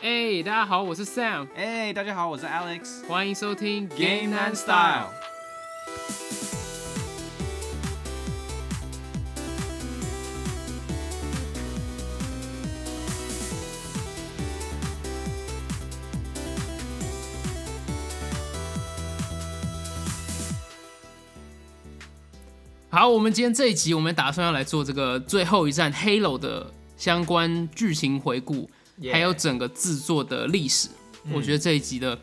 哎、大家好，我是 Sam，哎、大家好，我是 Alex。欢迎收听 Game Game and and Style Style。好，我们今天这一集，我们打算要来做这个最后一站 Halo 的相关剧情回顾还有整个制作的历史。嗯我觉得这一集的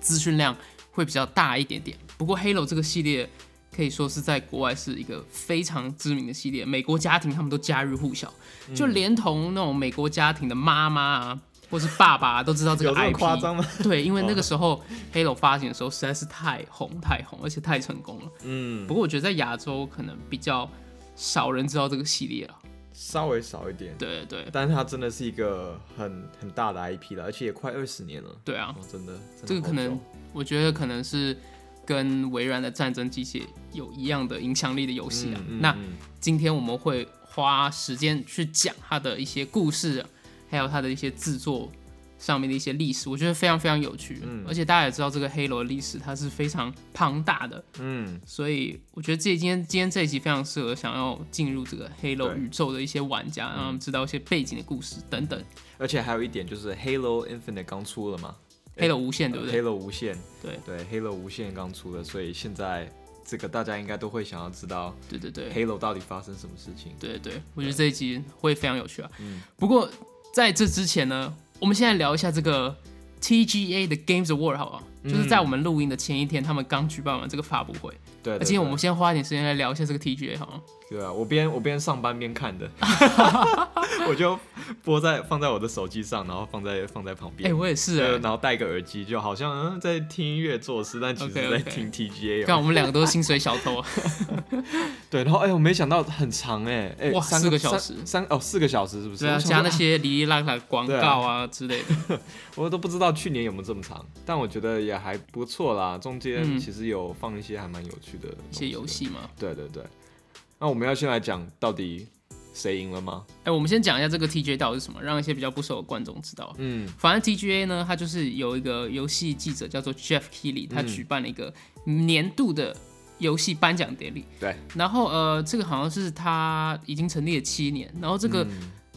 资讯量会比较大一点点。不过 Halo 这个系列可以说是在国外是一个非常知名的系列，美国家庭他们都家喻户晓，嗯就连同那种美国家庭的妈妈啊，或是爸爸、啊、都知道这个有这么 IP。夸张吗？ 对，因为哦那个时候 Halo 发行的时候实在是太红太红，而且太成功了。嗯不，过我觉得在亚洲可能比较少人知道这个系列了。稍微少一点，对对但是它真的是一个很很大的 IP 了，而且也快二十年了。对啊哦，，真的，真的这个好可能久我觉得可能是跟微软的战争机械有一样的影响力的游戏啊。嗯嗯那嗯今天我们会花时间去讲它的一些故事、啊，还有它的一些制作上面的一些历史，我觉得非常非常有趣。嗯而且大家也知道这个黑罗的历史它是非常庞大的，嗯，所以我觉得这今天今天这一集非常适合想要进入这个黑楼对嗯宇宙的一些玩家，让他们知道一些背景的故事等等。而且还有一点就是 Halo Infinite 刚出了嘛，黑楼无限，对不对？呃 Halo 无限，对对，Halo 无限刚出了，所以现在这个大家应该都会想要知道对对对。 Halo 到底发生什么事情。对对，我觉得这一集会非常有趣啊。嗯不过在这之前呢，我们现在聊一下这个 TGA 的 Games Award 好不好？就是在我们录音的前一天，他们刚举办完这个发布会。嗯对，那对今天我对们先花一点时间来聊一下这个 TGA 好吗？对啊，我边我边上班边看 的，我就播在放在我的手机上，然后放在放在旁边。哎，我也是对，哎。然后戴个耳机，就好像嗯在听音乐做事，但其实 OK，OK 在听 TGA 哦看我们两个都是薪水小偷 啊，对，然后哎、我没想到很长哎、哎、哇三四个小时三三哦四个小时是不是？对啊，我想加说那些哩哩啦啦的广对啊告啊之类的。我都不知道去年有没有这么长，但我觉得也还不错啦。中嗯间其实有放一些还蛮有趣的一些游东西戏嘛。的。对对对，那我们要先来讲到底谁赢了吗？哎、我们先讲一下这个 TGA 到底是什么，让一些比较不熟的观众知道。嗯反正 TGA 呢，它就是有一个游戏记者叫做 Jeff 嗯 Keighley，他举办了一个年度的游戏颁奖典礼。对。然后呃，这个好像是他已经成立了七年，然后这嗯个、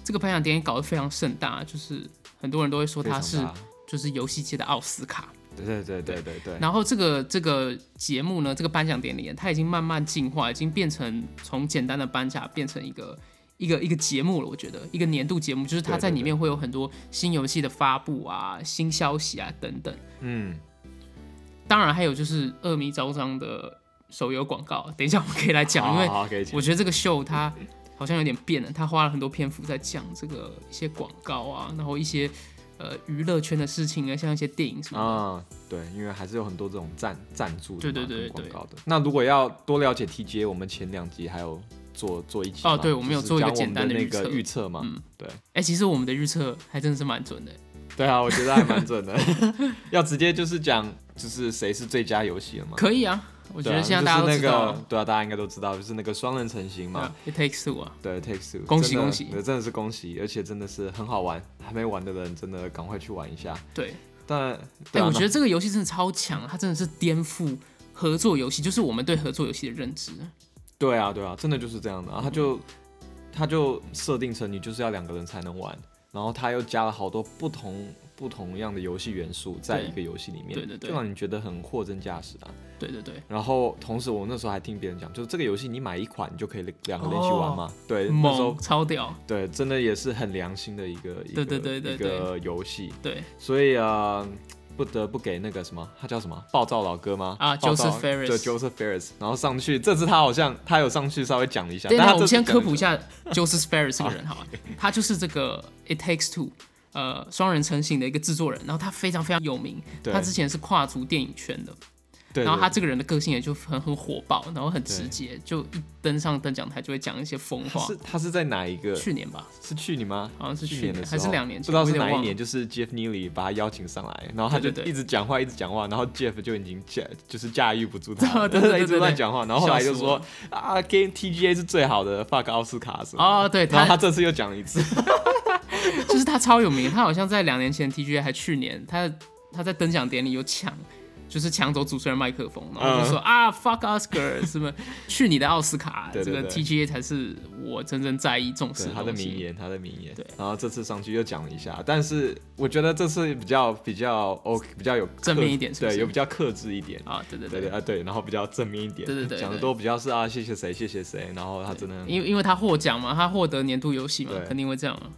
这个颁奖典礼搞得非常盛大，就是很多人都会说非常他是大就是游戏界的奥斯卡。对对对对对对，然后这个这个节目呢，这个颁奖典礼，它已经慢慢进化，已经变成从简单的颁奖变成一个一个一个节目了。我觉得一个年度节目，就是它对对在里对面会有很多新游戏的发布啊、新消息啊等等。嗯，当然还有就是恶名昭彰的手游广告，等一下我们可以来讲，好因为哦好好可以讲我觉得这个秀它好像有点变了，它花了很多篇幅在讲这个一些广告啊，然后一些呃娱乐圈的事情啊，像一些电影什么的。啊、对，因为还是有很多这种赞赞助的对嘛对对跟对广告的。那如果要多了解 TGA，我们前两集还有做做一期哦嘛对我们有就是做一个讲我简们单的那预测个预测嘛，嗯对哎、其实我们的预测还真的是蛮准的。对啊，我觉得还蛮 准的。 要直接就是讲就是谁是最佳游戏了嘛？可以啊，我我觉得现在大家都知道那了个。对啊，大家应该都知道，就是那个双人成型嘛。对啊 It takes two 啊，对，Take Two，恭喜真的恭喜对真的是恭喜，而且真的是很好玩，还没玩的人真的赶快去玩一下。对。但，哎、对啊我觉得这个游戏真的超强，啊它真的是颠覆合作游戏，就是我们对合作游戏的认知。对啊，对啊，真的就是这样的。然后他嗯就他就设定成你就是要两个人才能玩，然后他又加了好多不同不同样的游戏元素在对一个游戏里面，对对对就让你觉得很货真价实啊。对对对，然后同时我那时候还听别人讲，就是这个游戏你买一款你就可以两个人一起玩嘛。对，那时候哦猛超屌，对真的也是很良心的一个一个对对对对一个游戏，对所以啊。呃不得不给那个什么，他叫什么暴躁老哥吗？啊暴躁 Joseph Ferris 对 Joseph Ferris，然后上去，这次他好像他有上去稍微讲了一下，对，但那他我们这次先讲科了普一下。下 Joseph Ferris 这个人好了，他就是这个 It Takes Two 呃双人成型的一个制作人，然后他非常非常有名，对他之前是跨足电影圈的，对，然后他对这个人的个性也就很很火爆，然后很直接，就一登上登讲台就会讲一些疯他话。是他是在哪一个？去年吧，是去年吗？好像是去年年的时还候，是两年前不知道是我有点哪一忘了年，就是 Jeff Neely 把他邀请上来，然后他就对对对一直讲话，一直讲话，然后 Jeff 就已经驾就是驾驭不住他 了，对对对对对一直乱讲话，然后后来就说笑啊，Game TGA 是最好的，fuck 奥斯卡什么的。哦对他然后他这次又讲了一次，就是他超有名，他好像在两年前 TGA 还去年，他他在登奖典礼有抢，就是抢走主持人麦克风，然后就说、啊 fuck Oscar 什么，去你的奥斯卡，嗯 对对这个对 TGA 才是我真正在意重视对他的东名西。言，他的名言。对然后这次上去又讲了一下，但是我觉得这次比较比较 OK，比较有克正面一点是不是对，有比较克制一点。啊，对对对对对啊，对，然后比较正面一点，对对对对讲的都比较是啊，谢谢谁，谢谢谁，然后他真的很因为因为他获奖嘛，他获得年度游戏嘛对，肯定会这样啊嘛。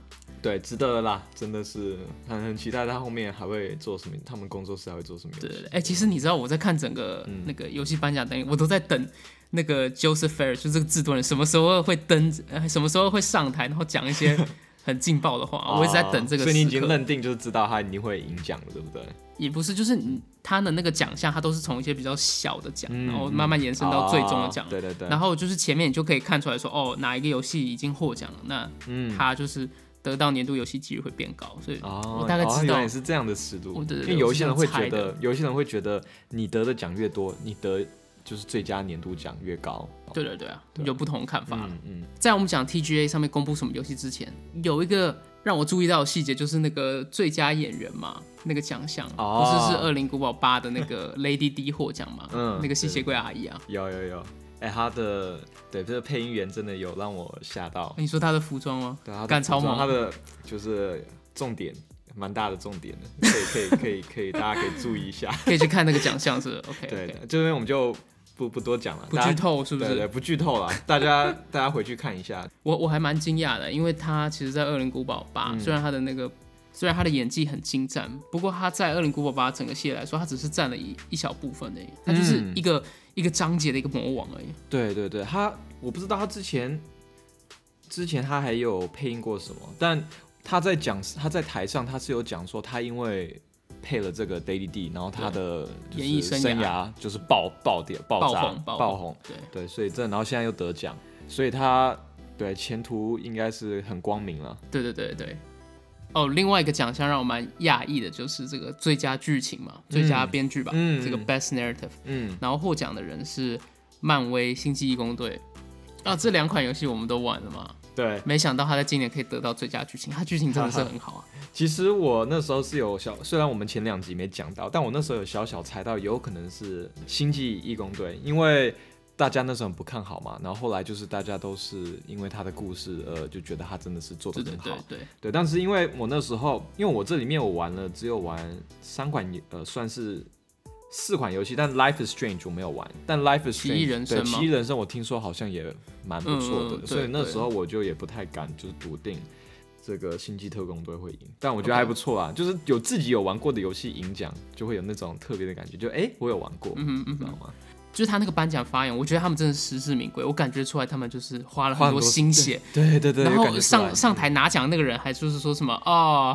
对，值得了啦，真的是很很期待他后面还会做什么，他们工作室还会做什么游戏。对对对，哎、其实你知道我在看整个嗯那个游戏颁奖典礼，我都在等那个 Joseph Fair，就是这个制作人什么时候会登，呃什么时候会上台，然后讲一些 很劲爆的话，我一直在等这个啊哦所以你已时经刻。认定就是知道他一定会赢奖了，对不对？也不是，就是你他的那个奖项，他都是从一些比较小的奖，嗯然后慢慢延伸到最终的奖。哦对对对，然后就是前面你就可以看出来说，哦，哪一个游戏已经获奖了，那嗯，他就是得到年度游戏几率会变高，所以哦，我大概知哦、道哦原来是这样的尺度，我对对对因为有一些人我会觉是这样得，有一些人会觉得你得的奖越多，你得就是最佳年度奖越高。对对对啊，对有不同的看法。嗯嗯，在我们讲 TGA 上面公布什么游戏之前，有一个让我注意到的细节，就是那个最佳演员嘛，那个奖项、哦不是是《恶灵古堡八》的那 个 Lady D 获奖嘛，嗯那个吸血鬼阿姨啊。有有有，哎、他的对这个配音员真的有让我吓到，哦你说她的服装吗？对他的哎干服超装猛他的就是重点蛮大的重点的，可以可以可以可以，大家可以注意 一下。可以去看那个奖项 是 OK 对 OK，，这边我们就不不多讲了，不大家剧透是不对对，是？不剧透了，大家大家回去看一下。我我还蛮惊讶的，因为她其实，在《恶灵古堡八》嗯虽然她的那个。虽然她的演技很精湛，不过她在《恶灵古堡八》整个戏来说，她只是占了一一小部分而已，她就是嗯一个、一个章节的一个魔王而已。对对对，他我不知道他之前之前他还有配音过什么，但他在讲他在台上他是有讲说他因为配了这个 Daily D，然后他的就是演艺生涯生涯就是爆爆点爆炸爆红爆红对对，所以这然后现在又得奖，所以他对前途应该是很光明了。对对对对。哦，另外一个奖项让我蛮讶异的，就是这个最佳剧情嘛，最佳编剧吧，嗯这个 Best Narrative，嗯，然后获奖的人是漫威《星际义工队》。啊，这两款游戏我们都玩了嘛，对，没想到他在今年可以得到最佳剧情，他剧情真的是很好啊。其实我那时候是有小，虽然我们前两集没讲到，但我那时候有小小猜到，有可能是星际义工队，因为大家那时候很不看好嘛，然后后来就是大家都是因为他的故事，呃，就觉得他真的是做的对对很好，对对，对，但是因为我那时候，因为我这里面我玩了只有玩三款，呃，算是四款游戏，但 Life is Strange 我没有玩，但 Life is 奇异 Strange 人生对吗奇异人生我听说好像也蛮不错的，嗯嗯嗯所以对那对时候我就也不太敢就是笃定这个星际特工队会赢，但我觉得还不错啊，就是有自己有玩过的游戏赢奖，就会有那种特别的感觉，就哎、诶我有玩过，嗯哼嗯你知道哼，吗？就是他那个颁奖发言，我觉得他们真的实至名归，我感觉出来他们就是花了花很很多多心血，对对对，然有感后觉出来嗯上上台拿奖那个人还就是说什么哦，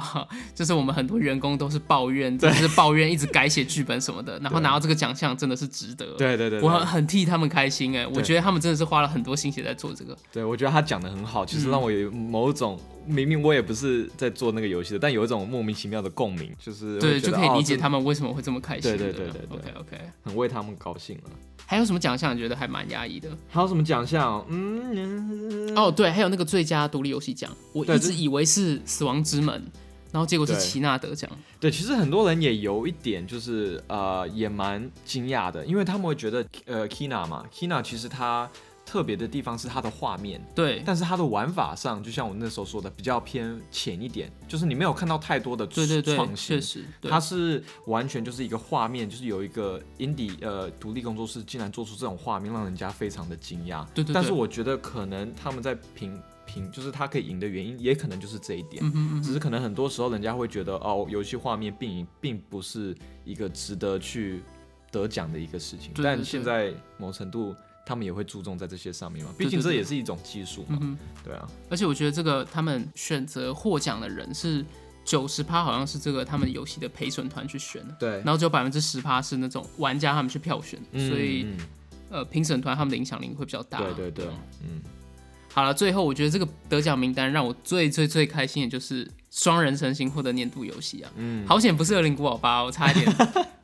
就是我们很多员工都是抱怨，就是抱怨一直改写剧本什 么的，然后拿到这个奖项真的是值得。，对对对，我对很很替他们开心哎，我觉得他们真的是花了很多心血在做这个。对，我觉得他讲的很好，其嗯实让我有某种、明明我也不是在做那个游戏的，但有一种莫名其妙的共鸣，就是对，会觉就得可以理解哦真的他们为什么会这么开心。对对对对对对 OK OK，很为他们高兴了。还有什么奖项你觉得还蛮压抑的？还有什么奖项？嗯，哦，对，还有那个最佳独立游戏奖，我对一这直以为是《死亡之门》，然后结果是对齐娜得奖。 对，其实很多人也有一点就是呃，也蛮惊讶的，因为他们会觉得呃，Kina 嘛，Kina 其实它特别的地方是它的画面，对但是它的玩法上，就像我那时候说的，比较偏浅一点，就是你没有看到太多的对对对，创新确。实，对它是完全就是一个画面，就是有一个 indie 呃独立工作室竟然做出这种画面，让人家非常的惊讶。对对对但是我觉得可能他们在评评，就是他可以赢的原因，也可能就是这一点。嗯哼嗯哼只是可能很多时候人家会觉得哦，游戏画面并并不是一个值得去得奖的一个事情。对对但对现在某程度他们也会注重在这些上面嘛，毕对竟对这对也是一种技术嘛嗯。哼。对啊，而且我觉得这个他们选择获奖的人是九十趴，好像是这个他们游戏的陪审团去选的，对然后只有百分之十趴是那种玩家他们去票选的，所以嗯呃评审团他们的影响力会比较大。对对对吧，嗯，好了，最后我觉得这个得奖名单让我最最最开心的就是《双人成型获得年度游戏啊。嗯，好险不是《恶灵古堡八》，我差一 点，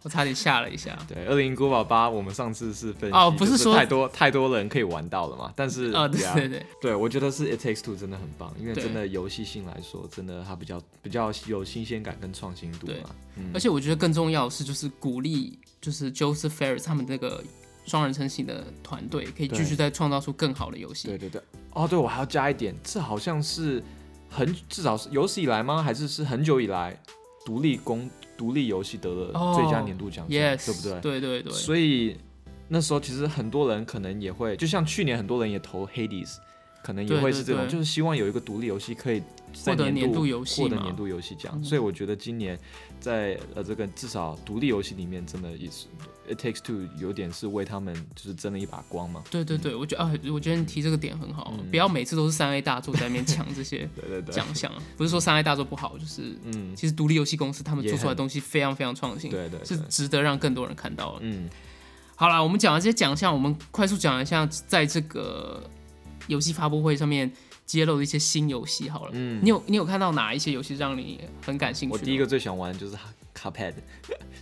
我差点吓了一下。对，《恶灵古堡八》我们上次是分析哦不就是是说太多太多人可以玩到了嘛，但是哦，对啊对对，对，我觉得是 It Takes Two 真的很棒，因为对真的游戏性来说，真的它比较比较有新鲜感跟创新度对嘛。嗯而且我觉得更重要的是，就是鼓励，就是 Joseph Ferris 他们那个双人成型的团队，可以继续再创造出更好的游戏对。对对，哦，对我还要加一点，这好像是很至少是有史以来吗？还是是很久以来独立公独立游戏得哦了最佳年度奖项 Yes，对不对？对对对所以那时候其实很多人可能也会，就像去年很多人也投 Hades，可能也对会对是这种，对就是希望有一个独立游戏可以在获得年年度游戏获得嘛嗯年度游戏奖。所以我觉得今年在呃这个至少独立游戏里面，真的也是 It Takes Two 有点是为他们就是争了一把光嘛。对对对，我觉得啊，我觉得你提这个点很好，不要每次都是三 A 大作在那边抢这些对嗯 对对，奖项啊。不是说三 A 大作不好，就是嗯其实独立游戏公司他们也做出来很的东西非常非常创新，对对对是值得让更多人看到的。嗯，好啦，我们讲完这些奖项，我们快速讲一下在这个游戏发布会上面揭露的一些新游戏。好了，嗯，你有你有看到哪一些游戏让你很感兴趣？我第一个最想玩的就是 Cuphead，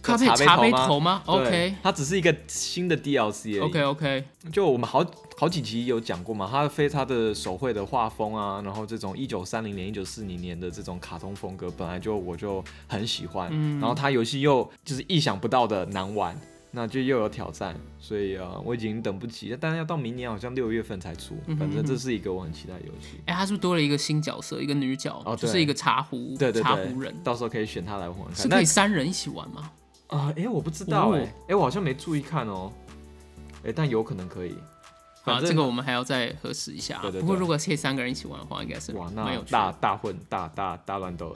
咖啡叫茶杯杯吗头吗对？OK 它只是一个新的 DLC 而已。 OK OK，就我们好好几集有讲过嘛，他非他的手绘的画风啊，然后这种一九三零年、一九四零年的这种卡通风格，本来就我就很喜欢。然后他游戏又就是意想不到的难玩，那就又有挑战，所以呃，我已经等不及，但要到明年好像六月份才出，反正这是一个我很期待的游戏。哎、它是不是多了一个新角色，一个女角，哦对就是一个茶壶对对茶对壶人，，到时候可以选他来玩玩是看。那可以三人一起玩吗？啊，哎、我不知道哦哎、哎、我好像没注意看哦、哎、但有可能可以。啊，反正这个我们还要再核实一下、啊。对对对不过如果可以三个人一起玩的话，应该是哇，蛮那有趣大的，大混大大大乱斗了，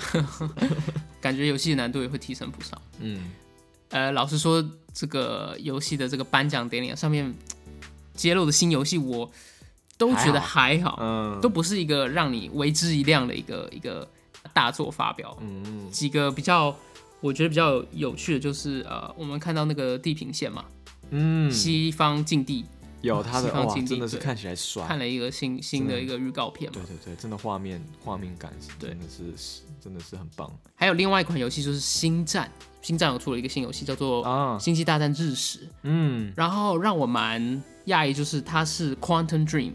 感觉游戏的难度也会提升不少。嗯。呃，老实说，这个游戏的这个颁奖典礼上面揭露的新游戏，我都觉得还好，嗯都不是一个让你为之一亮的一个一个大作发表。嗯，几个比较，我觉得比较有有趣的就是，呃，我们看到那个地平线嘛，嗯，西方禁地有他西的方哇，经济真的是对看起来帅，看了一个新新的一个预告片嘛对，对对，真的画面画面感是对真的是是真的是很棒还有另外一款游戏就是《星战》，《星战》有出了一个新游戏叫做《啊，星际大战日食》，嗯，然后让我蛮讶异，就是它是 Quantum Dream。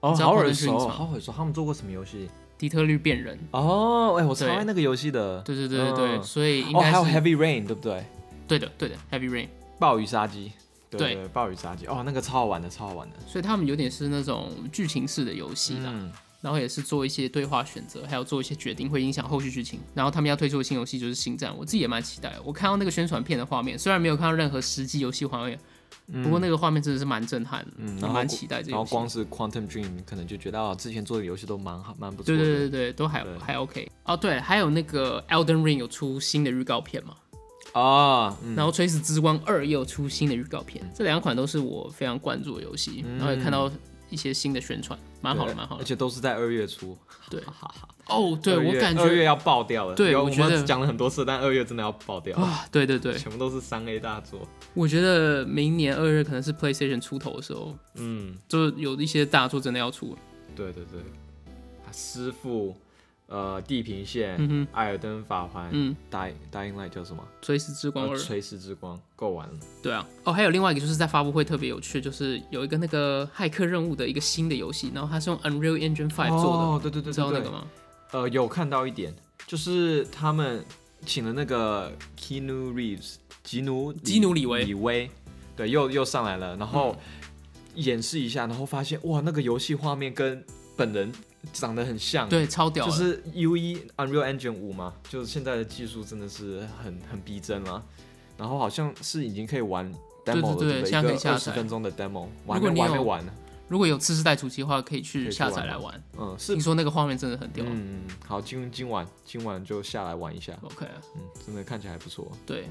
哦，你知道好耳 Quantum Dreams 熟，吗好耳熟，他们做过什么游戏？底特律变人，哦，哎，我超对爱那个游戏的，对对对对对，嗯所以应哦，该还是、有 Heavy Rain，对不对？对的对的 Heavy Rain，暴雨杀机，对对对，暴雨杀机，哦，那个超好玩的，超好玩的，所以他们有点是那种剧情式的游戏啦，嗯，然后也是做一些对话选择，还有做一些决定会影响后续剧情。然后他们要推出的新游戏就是《星战》，我自己也蛮期待的。我看到那个宣传片的画面，虽然没有看到任何实际游戏画面，不过那个画面真的是蛮震撼的，嗯也然后蛮期待这然后游戏。光是 Quantum Dream 可能就觉得啊，之前做的游戏都蛮好，蛮不错对的，对对对对，都还对还 OK 哦。对，还有那个《Elden Ring》有出新的预告片嘛？啊，嗯然后《垂死之光二》也有出新的预告片，这两款都是我非常关注的游戏，然后也看到一些新的宣传，蛮好的，嗯对蛮好而的。且都是在二月初，对哈哈哈。哦，对二我月感二月觉要爆掉了。对有我我觉得们讲了很多次，但二月真的要爆掉，啊，对对对，全部都是三 A 大作。我觉得明年二月可能是 PlayStation 出头的时候，嗯，就有一些大作真的要出了。对对对，啊师傅，呃，地平线，嗯艾尔登法环，嗯，答答应 light 叫什么？ 《垂死之光二呃》垂死之光，够玩了。对啊，哦，还有另外一个就是在发布会特别有趣，就是有一个那个骇客任务的一个新的游戏，然后它是用 Unreal Engine 5做的，哦，对对对你知道对那个对，吗？呃，有看到一点，就是他们请了那个 Keanu Reeves，吉努基努里维嗯李威，对，又又上来了，然后演示一下，然后发现哇，那个游戏画面跟本人长得很像，，对，超屌就的，是 U 一 Unreal Engine 五嘛，就是现在的技术真的是很 很逼真了，然后好像是已经可以玩 demo 了，对对对不对？现在可以一个下二载十分钟的 demo，我如还果没你我还没有玩呢，如果有次世代主机的话，可以去可以去下载玩来吗玩。嗯，是听。说那个画面真的很屌。嗯，嗯好，今今晚今晚就下来玩一下， OK，嗯，真的看起来还不错。对，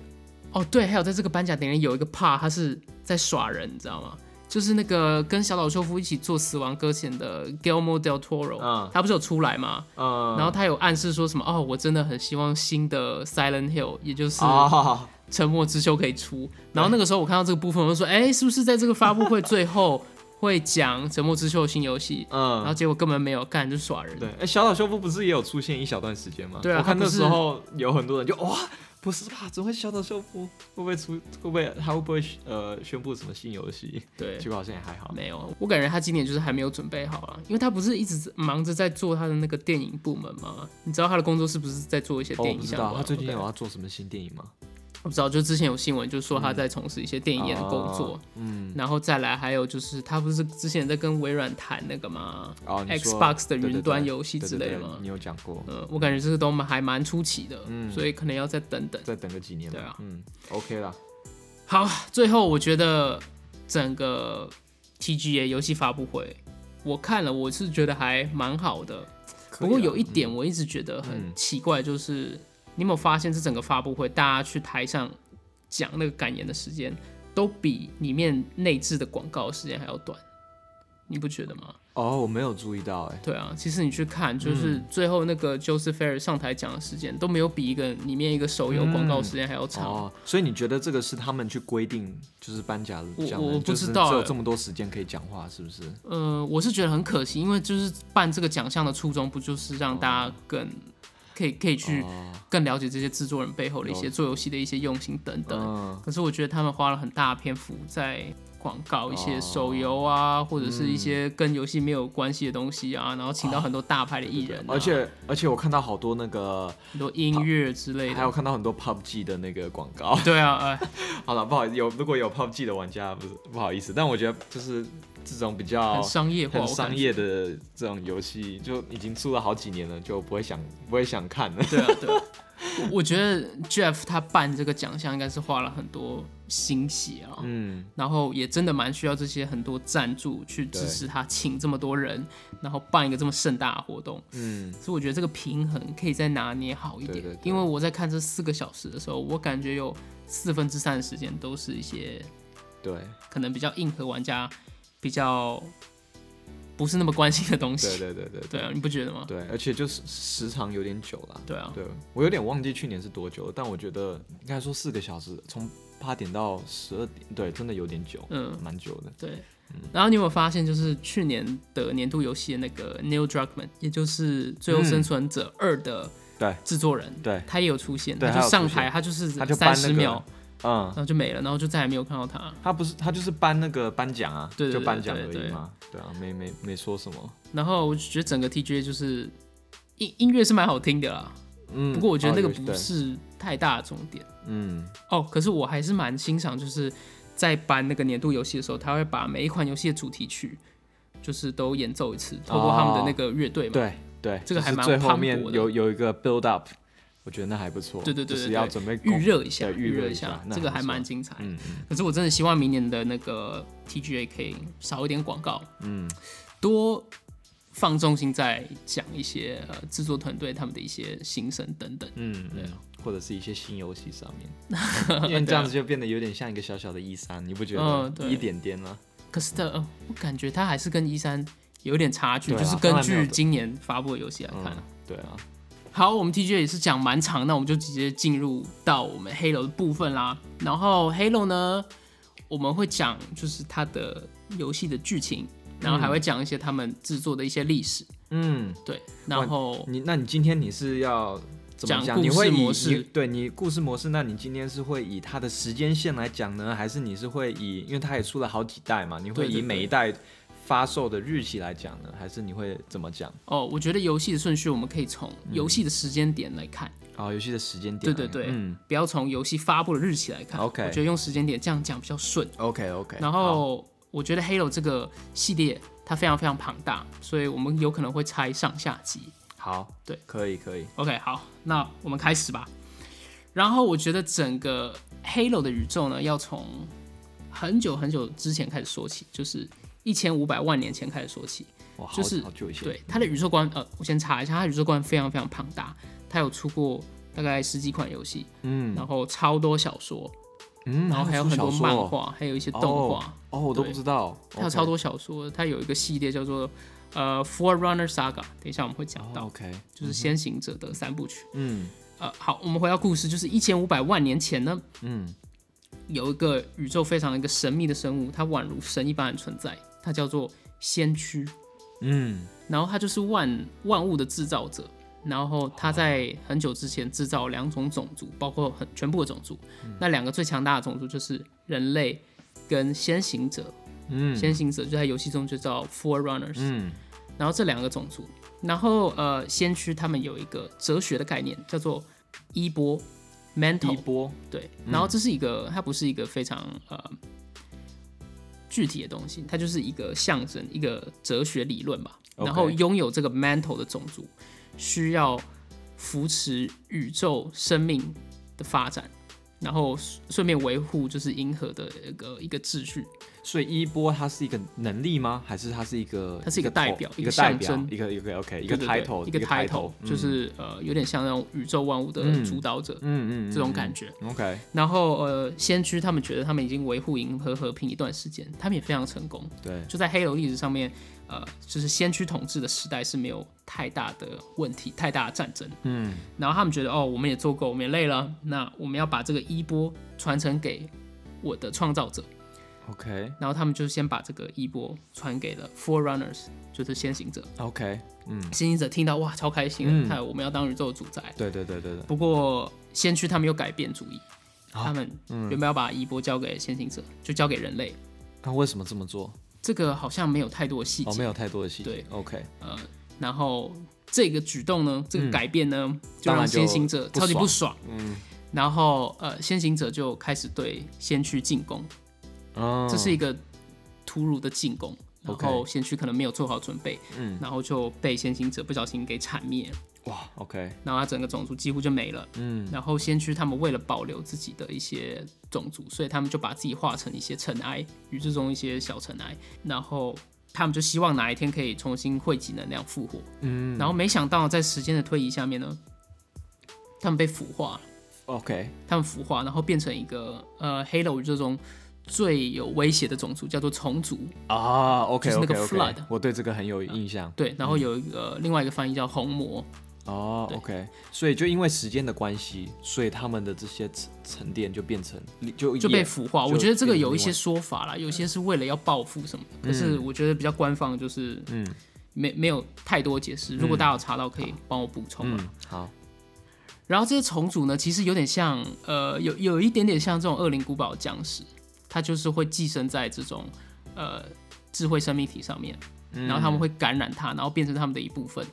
哦对，还有在这个颁奖典礼有一个 part，他是在耍人，你知道吗？就是那个跟小岛秀夫一起做《死亡搁浅》的 Guillermo del Toro，、嗯他不是有出来吗？嗯，然后他有暗示说什么哦，我真的很希望新的 Silent Hill，也就是《啊，沉默之丘》可以出。然后那个时候我看到这个部分，我就说，哎，是不是在这个发布会最后会讲《沉默之秀》新游戏，然后 嗯，结果根本没有干，就耍人。对，哎、小岛秀夫不是也有出现一小段时间吗？对啊我看他那不是时候有很多人就哇，不是吧？怎么会小岛秀夫会不会出？会不会他会不会呃宣布什么新游戏？对结果好像也还好。没有，我感觉他今年就是还没有准备好啊，因为他不是一直忙着在做他的那个电影部门吗？你知道他的工作是不是在做一些哦，电我影不知相道关？他最近 OK 有要做什么新电影吗？我不知道，就之前有新闻就说他在从事一些电影业的工作，嗯，然后再来还有就是他不是之前在跟微软谈那个吗？哦你说 Xbox 的对对云对端游戏对之对类的对吗你有讲过，呃，我感觉这个都还蛮出奇的，嗯所以可能要再等等。再等个几年吧。对啊嗯，OK 啦，好，最后我觉得整个 TGA 游戏发布会，我看了，我是觉得还蛮好的。不过有一点我一直觉得很啊嗯奇怪，就是、你有没有发现，这整个发布会大家去台上讲那个感言的时间，都比里面内置的广告时间还要短，你不觉得吗？哦，我没有注意到哎、对啊，其实你去看，就是嗯最后那个 Joseph Fair 上台讲的时间，都没有比一个里面一个手游广告时间还要长。哦，所以你觉得这个是他们去规定，就是颁奖我的奖我人不就是知道只有哎这么多时间可以讲话，是不是？呃，我是觉得很可惜，因为就是办这个奖项的初衷，不就是让大家更可以可以去哦更了解这些制作人背后的一了些解做游戏的一些用心等等。嗯，可是我觉得他们花了很大的篇幅在广告一哦些手游啊，或者是一些嗯跟游戏没有关系的东西啊，然后请到很多大牌的艺人、啊而且而且我看到好多那个，很多音乐之类还有的。看到很多 PUBG 的那个广告。 对啊，哎，好了，不好意思，有如果有 PUBG 的玩家，不是不好意思，但我觉得就是这种比较很商业化，哦很我感商觉。业的这种游戏，就已经出了好几年了，就不会想不会想看了。对啊，对啊。 我我觉得 Jeff 他办这个奖项应该是花了很多心血啊，嗯，然后也真的蛮需要这些很多赞助去支持他，请这么多人，然后办一个这么盛大的活动，嗯，所以我觉得这个平衡可以再拿捏好一点。对对对因为我在看这四个小时的时候，我感觉有四分之三的时间都是一些对，可能比较硬核玩家比较不是那么关心的东西。对对对对 对啊，你不觉得吗？对，而且就是时长有点久了。对啊，对我有点忘记去年是多久了，但我觉得应该说四个小时，从八点到十二点，对，真的有点久，嗯蛮久的。对。嗯然后你有没有发现，就是去年的年度游戏的那个 Neil Druckmann，也就是《最后生嗯存者二》的对制作人，对，他也有出现，对就上台，他他就是他就搬三那十个秒，嗯然，后就没了，然后就再也没有看到他。他不是他就是颁那个颁奖啊，对对对就颁奖对而对已嘛，对啊，没没没说什么。然后我就觉得整个 TGA 就是音音乐是蛮好听的啦，嗯，不过我觉得那个哦有不是太大的重点对嗯哦。可是我还是蛮欣赏，就是在颁那个年度游戏的时候，他会把每一款游戏的主题曲就是都演奏一次，透过他们的那个乐队嘛。哦对对，这个还就是蛮最磅后礴面的有有一个 build up，我觉得那还不错，对对对就对是对要准备预热一下，对预热热一一下那这个还还不错蛮精彩的。嗯嗯可是我真的希望明年的那个 TGA 可以少一点广告，嗯，多放重心在讲一些呃制作团队他们的一些心声等等。嗯，对啊或者是一些新游戏上 面，因为这样子就变得有点像一个小小的一三，你不觉得嗯？对一点点了，可是的，呃我感觉它还是跟一三有点差距，对啊就是根当然没据有的今年发布的游戏来看。嗯，对啊，好，我们 TGA 也是讲蛮长，那我们就直接进入到我们 Halo 的部分啦。然后 Halo 呢，我们会讲就是它的游戏的剧情，然后还会讲一些他们制作的一些历史。嗯，对，然后你那你今天你是要怎么讲故你会事以模式你对你故事模式，那你今天是会以它的时间线来讲呢，还是你是会以因为它也出了好几代嘛，你会对对以每一代发售的日期来讲呢，还是你会怎么讲？哦，我觉得游戏的顺序我们可以从游戏的时间点来看，啊、游戏的时间点对啊，对对，嗯不要从游戏发布的日期来看。 OK 我觉得用时间点这样讲比较顺。 ，OK OK，然后我觉得 Halo 这个系列它非常非常庞大，所以我们有可能会拆上下集。好，对，可以可以， OK，好，那我们开始吧。然后我觉得整个 Halo 的宇宙呢，要从很久很久之前开始说起，就是一千五百万年前开始说起。哇，好就是好久以前，对，它的宇宙观，呃，我先查一下，它的宇宙观非常非常庞大，它有出过大概十几款游戏，嗯然后超多小说，嗯，然后还有很多出小说漫画，还有一些动画。哦，哦我都不对知道，它有超多小说，它有一个系列叫做呃《Forerunner Saga》，等一下我们会讲到，哦，OK，就是《先行者》的三部曲。嗯呃，好，我们回到故事，就是一千五百万年前呢，嗯，有一个宇宙非常一个神秘的生物，它宛如神一般的存在，它叫做先驱，嗯，然后它就是万万物的制造者。然后他在很久之前制造两种种族，包括很全部的种族。嗯那两个最强大的种族就是人类跟先行者。嗯先行者就在游戏中就叫 Forerunners。嗯然后这两个种族，然后呃，先驱他们有一个哲学的概念，叫做衣钵 （mental） 一。波，对，嗯然后这是一个，它不是一个非常呃具体的东西，它就是一个象征，一个哲学理论吧。 OK 然后拥有这个 mantle 的种族，需要扶持宇宙生命的发展，然后顺便维护就是银河的一个一个秩序。所以一波它是一个能力吗？还是它是一个它是一个代表头一一个个代表象征一个一个 OK 一一个 title 一个 title，嗯就是呃有点像那种宇宙万物的嗯主导者、嗯嗯嗯这种感觉。嗯 OK 然后呃，先驱他们觉得他们已经维护银河和平一段时间，他们也非常成功。对就在黑楼历史上面，呃，就是先驱统治的时代是没有太大的问题、太大的战争。嗯然后他们觉得，哦，我们也做够，我们也累了，那我们要把这个衣钵传承给我的创造者。 OK 然后他们就先把这个衣钵传给了 Forerunners，就是先行者。 OK 嗯先行者听到哇，超开心的，嗯看、我们要当宇宙的主宰。对对对对对不过先驱他们又改变主意，啊他们原本要把衣钵交给先行者，就交给人类。那为什么这么做？这个好像没有太多的细节。哦，没有太多的细对节 OK 呃，然后这个举动呢，这个嗯改变呢，就当让然就先行者不超级爽不爽。嗯然后呃，先行者就开始对先驱进攻，哦这是一个突如的进攻。然 OK 后先驱可能没有做好准备，嗯然后就被先行者不小心给铲灭了，哇 OK 然后他整个种族几乎就没了。嗯然后先驱他们为了保留自己的一些种族，所以他们就把自己化成一些尘埃，宇宙中一些小尘埃。然后他们就希望哪一天可以重新汇集能量复活。嗯然后没想到在时间的推移下面呢，他们被腐化了， OK 他们腐化，然后变成一个呃黑楼宇宙中最有威胁的种族，叫做虫族。啊 OK 就是那 OK 个 OK， flood 嗯我对这个很有印象对，然后有一个、另外一个翻译叫红魔。哦对 OK，所以就因为时间的关系，所以他们的这些沉沉淀就变成就就也被腐化。就我觉得这个有一些变说法嗯啦，有些是为了要报复什么的，可是我觉得比较官方就是，嗯，没没有太多解释。如果大家有查到，可以帮我补充啊。嗯好然后这些虫族呢，其实有点像，呃，有有一点点像这种恶灵古堡的僵尸，它就是会寄生在这种呃智慧生命体上面，嗯然后他们会感染它，然后变成他们的一部分。哦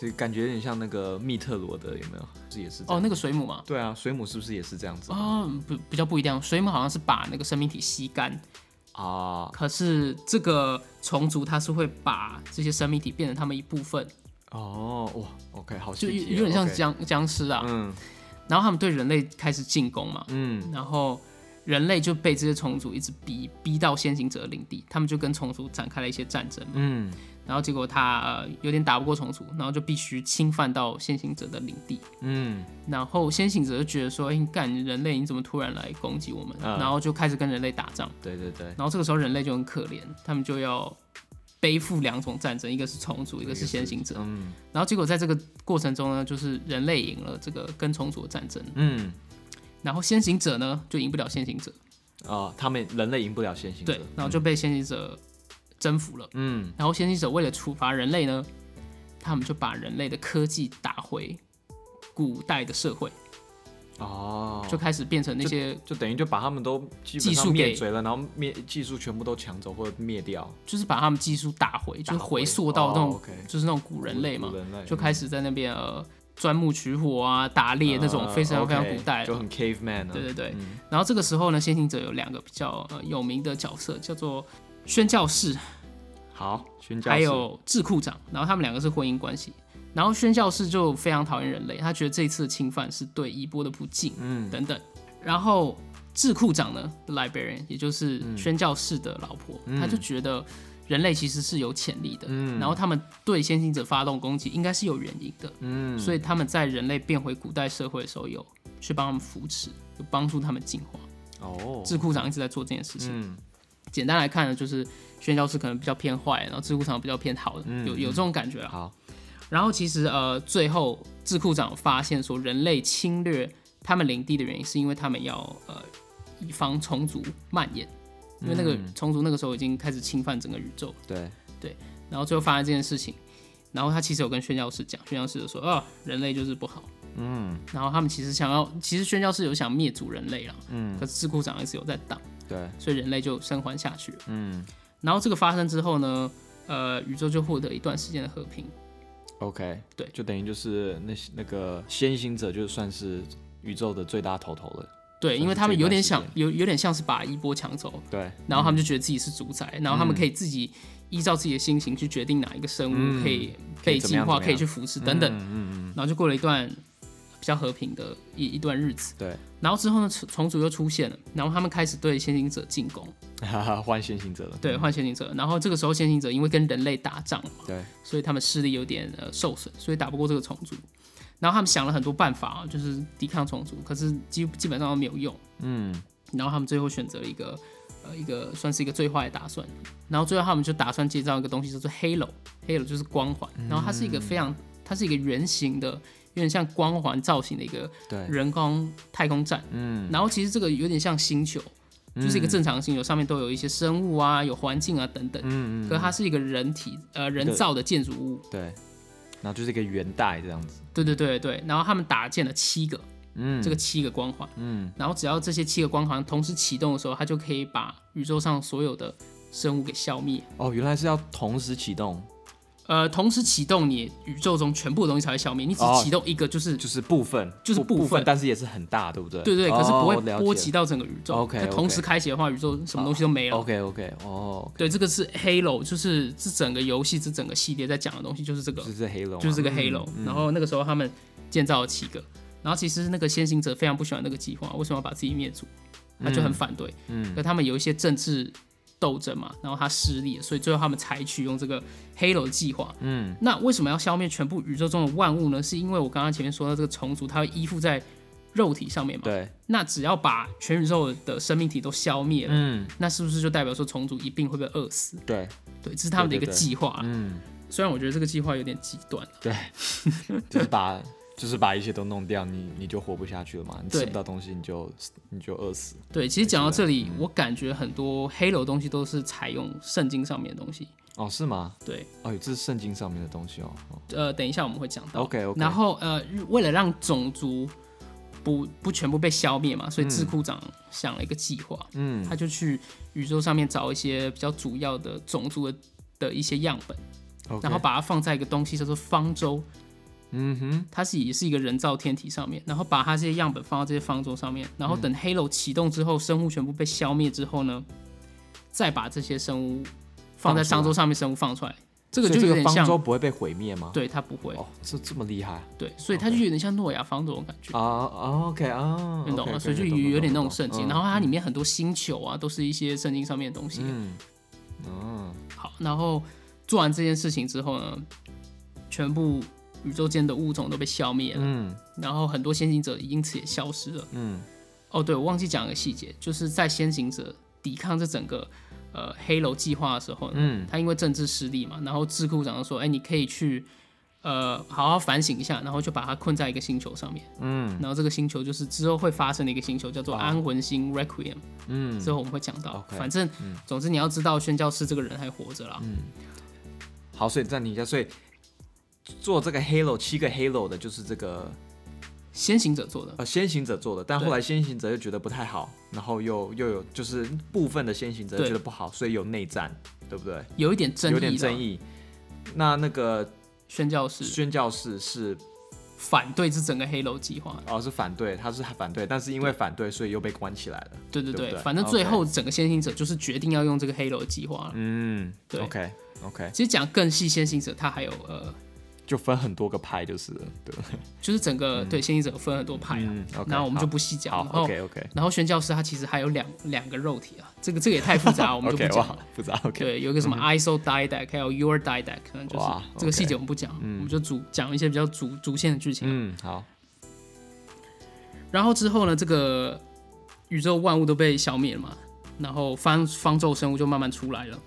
就感觉有点像那个密特罗的，有没有？这也是这哦，样那个水母嘛，对啊，水母是不是也是这样子哦，不比较不一样，水母好像是把那个生命体吸干，啊可是这个虫族它是会把这些生命体变成他们一部分，哦哇，OK，好就细有节，有点像 OK 僵僵尸啊。嗯然后他们对人类开始进攻嘛，嗯然后人类就被这些虫族一直逼逼到先行者的领地，他们就跟虫族展开了一些战争嘛。嗯然后结果他、呃、有点打不过虫族，然后就必须侵犯到先行者的领地。嗯然后先行者就觉得说：“哎，你干人类，你怎么突然来攻击我们？”嗯然后就开始跟人类打仗。对对对，然后这个时候人类就很可怜，他们就要背负两种战争，一个是虫族，一个是先行者。嗯然后结果在这个过程中呢，就是人类赢了这个跟虫族的战争，嗯然后先行者呢就赢不了先行者，啊，他们人类赢不了先行者对，然后就被先行者征服了。嗯然后先行者为了处罚人类呢，他们就把人类的科技打回古代的社会，哦，就开始变成那些就等于就把他们都基技本术上给灭绝了，然后灭技术全部都抢走或者灭掉，就是把他们技术打回，就是打回回溯到那种、哦，OK 就是那种古人类嘛，古人类就开始在那边呃钻木取火啊、打猎那种呃非常非常 OK，古代的就很 caveman 啊对对对。然后这个时候呢，先行者有两个比较呃有名的角色，叫做宣教士好，宣教还士有智库长，然后他们两个是婚姻关系。然后宣教士就非常讨厌人类，他觉得这次的侵犯是对衣钵的不敬，嗯，等等。然后智库长呢，the，librarian，也就是宣教士的老婆，他就觉得人类其实是有潜力的，嗯，然后他们对先行者发动攻击应该是有原因的，嗯，所以他们在人类变回古代社会的时候有去帮他们扶持，有帮助他们进化。哦，智库长一直在做这件事情。嗯简单来看呢，就是宣教士可能比较偏坏，然后智库长比较偏好的，有有这种感觉啊。嗯好，然后其实呃，最后智库长发现说，人类侵略他们领地的原因是因为他们要呃以防虫族蔓延，因为那个嗯虫族那个时候已经开始侵犯整个宇宙了，对，然后最后发现这件事情，然后他其实有跟宣教士讲，宣教士就说啊，人类就是不好，嗯然后他们其实想要，其实宣教士有想灭族人类啦，嗯可是智库长一直有在挡，对，所以人类就生还下去了。嗯然后这个发生之后呢，呃，宇宙就获得一段时间的和平， ，OK，对就等于就是那些那个先行者就算是宇宙的最大头头了，对，算是因为他们有点想这一段时嗯有有点像是把衣钵抢走，对，然后他们就觉得自己是主宰，然后他们可以自己依照自己的心情去决定哪一个生物嗯可以可以被怎么进样化，怎么样可以去服侍等等，嗯嗯嗯，然后就过了一段呃比较和平的一一段日子。对， 然后之后呢，虫虫族又出现了，然后他们开始对先行者进攻，哈哈，换先行者了，对，换先行者。然后这个时候先行者因为跟人类打仗了嘛，对，所以他们势力有点呃受损，所以打不过这个虫族。然后他们想了很多办法，啊就是抵抗虫族，可是基基本上都没有用。嗯然后他们最后选择了一个呃一个算是一个最坏的打算。然后最后他们就打算建造一个东西叫做 Halo，Halo 就是光环，嗯然后它是一个非常它是一个圆形的，有点像光环造型的一个对，人工太空站。嗯，然后其实这个有点像星球，就是一个正常的星球，上面都有一些生物啊、有环境啊等等。嗯，嗯嗯，可是它是一个人体呃人对造的建筑物，对，然后就是一个圆带这样子，对对对对。然后他们搭建了七个，嗯，这个七个光环，嗯然后只要这些七个光环同时启动的时候，它就可以把宇宙上所有的生物给消灭。哦，原来是要同时启动，呃，同时启动你宇宙中全部的东西才会消灭，你只哦启动一个就是，就是部分，就是部部分但是也是很大，对不对？对对，可是不会哦了解波及到整个宇宙。 OK，OK 它同时开启的话，宇宙什么东西都没了。 OK OK，哦，对，这个是 Halo，就是这整个游戏这整个系列在讲的东西就是这个，就是黑龙啊，就是这个 Halo、嗯然后那个时候他们建造了七个，然后其实那个先行者非常不喜欢那个计划，为什么要把自己灭族？他就很反对。嗯可他们有一些政治斗争嘛，然后他失利了，所以最后他们采取用这个 Halo 计划。嗯，那为什么要消灭全部宇宙中的万物呢？是因为我刚刚前面说到这个虫族，它会依附在肉体上面嘛。对，那只要把全宇宙的生命体都消灭了，嗯那是不是就代表说虫族一定会被饿死？对，对，这是他们的一个对对对计划啊、嗯虽然我觉得这个计划有点极端，对，就是把就是把一切都弄掉，你你就活不下去了嘛，你吃对不到东西你就你就饿死，对，其实讲到这里，我感觉很多黑楼东西都是采用圣经上面的东西。哦，是吗？对，哦，这是圣经上面的东西哦。哦呃，等一下我们会讲到。 OK OK，然后呃，为了让种族不不全部被消灭嘛，所以智库长想了一个计划，嗯他就去宇宙上面找一些比较主要的种族的的一些样本， ，OK，然后把它放在一个东西叫做方舟，嗯哼，它是也是一个人造天体上面，然后把它这些样本放到这些方舟上面，然嗯后等黑楼启动之后，生物全部被消灭之后呢，再把这些生物放在方舟上面，生物放出来，这个所以就有这点个方像，舟不会被毁灭吗？，对，它不会，哦，这这么厉害对，所以它就有点像诺亚方舟的感觉。啊啊？OK 啊，你懂吗？ OK，OK，所以就懂懂有点那种懂懂圣经，嗯然后它里面很多星球啊，都是一些圣经上面的东西。嗯嗯好，然后做完这件事情之后呢，全部宇宙间的物种都被消灭了，嗯然后很多先行者因此也消失了。嗯哦，对，我忘记讲一个细节，就是在先行者抵抗这整个呃黑楼计划的时候呢，嗯他因为政治失利嘛，然后智库长就说，哎，你可以去呃好好反省一下，然后就把他困在一个星球上面，嗯然后这个星球就是之后会发生的一个星球，叫做哦安魂星 Requiem，、嗯之后我们会讲到。 OK，反正、嗯总之你要知道宣教师这个人还活着啦，嗯，好，所以暂停一下，所以做这个 Halo 七个 Halo 的就是这个先行者做的。呃先行者做的，但对后来先行者又觉得不太好，然后又又有就是部分的先行者对觉得不好，所以有内战，对不对？有一点争议有啦，点争议。那那个宣教师宣教士是反对这整个黑楼计划，哦是反对，他是反对，但是因为反对，所以又被关起来了。对对对对，不对反正最后整个先行者就是决定要用这个黑楼计划了。嗯，对 OK OK，其实讲更细，先行者他还有呃，就分很多个派就是了，对。就是整个、对先行者有分很多派啊，嗯，OK，那我们好就不细讲。好然后，OK OK。然后宣教师他其实还有两两个肉体啊，这个这个也太复 杂，我们就不 OK，讲哇了。，复杂 OK。对，有一个什么 iso didac，还有 your didac，可能就是哇这个细节 OK 我们不讲，我们就主讲一些比较主主线的剧情。啊嗯，好，然后之后呢，这个宇宙万物都被消灭了嘛，然后方方舟生物就慢慢出来了，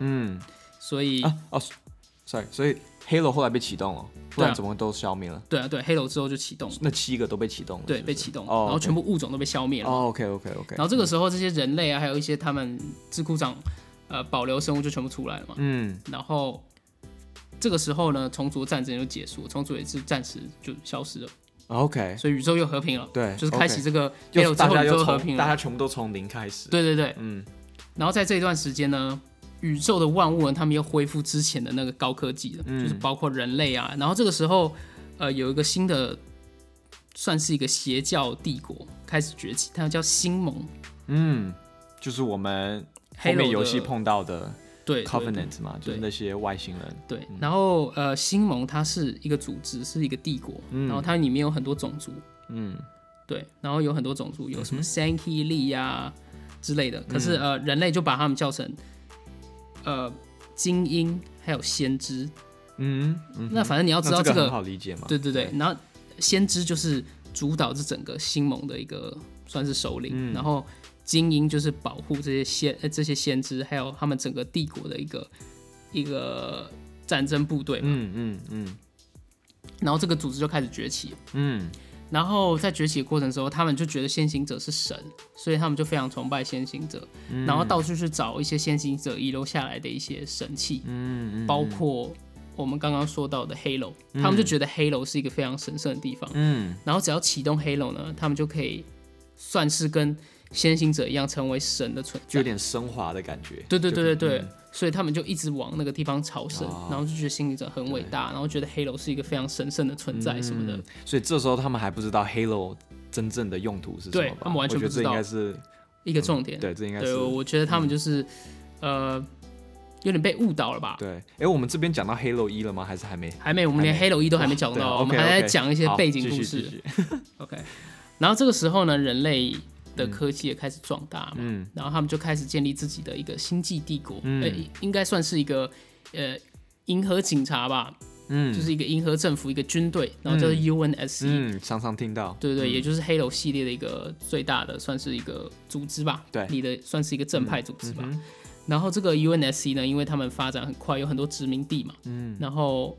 嗯所以、啊哦， ，sorry，所以 Halo 后来被启动了，不对然啊怎么会都消灭了？对啊，对黑楼之后就启动了，那七个都被启动了，对，是不被是启动，哦，然后全部物种都被消灭了。哦，OK OK OK，然后这个时候，这些人类啊，还有一些他们智库长呃保留生物就全部出来了嘛。嗯，然后这个时候呢，虫族战争就结束，虫族也是暂时就消失了， OK，所以宇宙又和平了。对就是开启哎 OK 这个黑就楼之大后，家宇又宙和从平大了。家全部都从零开始，，对对对，嗯，然后在这一段时间呢，宇宙的万物呢，他们又恢复之前的那个高科技了，嗯就是包括人类啊。然后这个时候，呃，有一个新的，算是一个邪教帝国开始崛起，它叫新盟。嗯，就是我们后黑面楼游戏的碰到的对对 Covenant 嘛，就是对那些外星人，对，然后呃，新盟它是一个组织，是一个帝国，然后它里面有很多种族，嗯，对，然后有很多种族，有什么 Sankey 利呀之类的。可是、呃，人类就把他们叫成呃精英，还有先知。嗯嗯，那反正你要要知道这这个个，很好理解嘛，对对对，然后先知就是主导这整个新盟的一个算是首领，然后精英就是保护这些先、呃、这些先知，还有他们整个帝国的一个一个战争部队嘛。嗯嗯嗯然后这个组织就开始崛起。嗯，然后在崛起的过程之后，他们就觉得先行者是神，所以他们就非常崇拜先行者，然后到处去找一些先行者遗留下来的一些神器，嗯，包括我们刚刚说到的黑楼，他们就觉得黑楼是一个非常神圣的地方，嗯，然后只要启动黑楼呢，他们就可以算是跟先行者一样成为神的存就有在，点升华的感觉，对对对对就对，嗯哦所以他们就一直往那个地方朝圣，然后就觉得先行者很伟大，然后觉得黑楼是一个非常神圣的存在什么的，嗯所以这时候他们还不知道 Halo 真正的用途是什么对吧，他们完全我觉得不知道这应该是一个重点。对，这应该对，是嗯我觉得他们就是、呃有点被误导了吧？对。哎，我们这边讲到 Halo 一了吗？还是还没？还没，我们连还没 Halo 一都还没讲对到，啊我们 OK，OK 还在讲一些好背景继故续事继。续 OK，然后这个时候呢，人类的科技也开始壮大嘛，嗯然后他们就开始建立自己的一个星际帝国，嗯呃，应应该算是一个呃银河警察吧，嗯，就是一个银河政府，一个军队，然后叫做 UNSC，、嗯，常常听到，嗯对对，也就是黑楼系列的一个最大的，算是一个组织吧。对你的算是一个正派组织吧。嗯哼然后这个 UNSC 呢，因为他们发展很快，有很多殖民地嘛，嗯，然后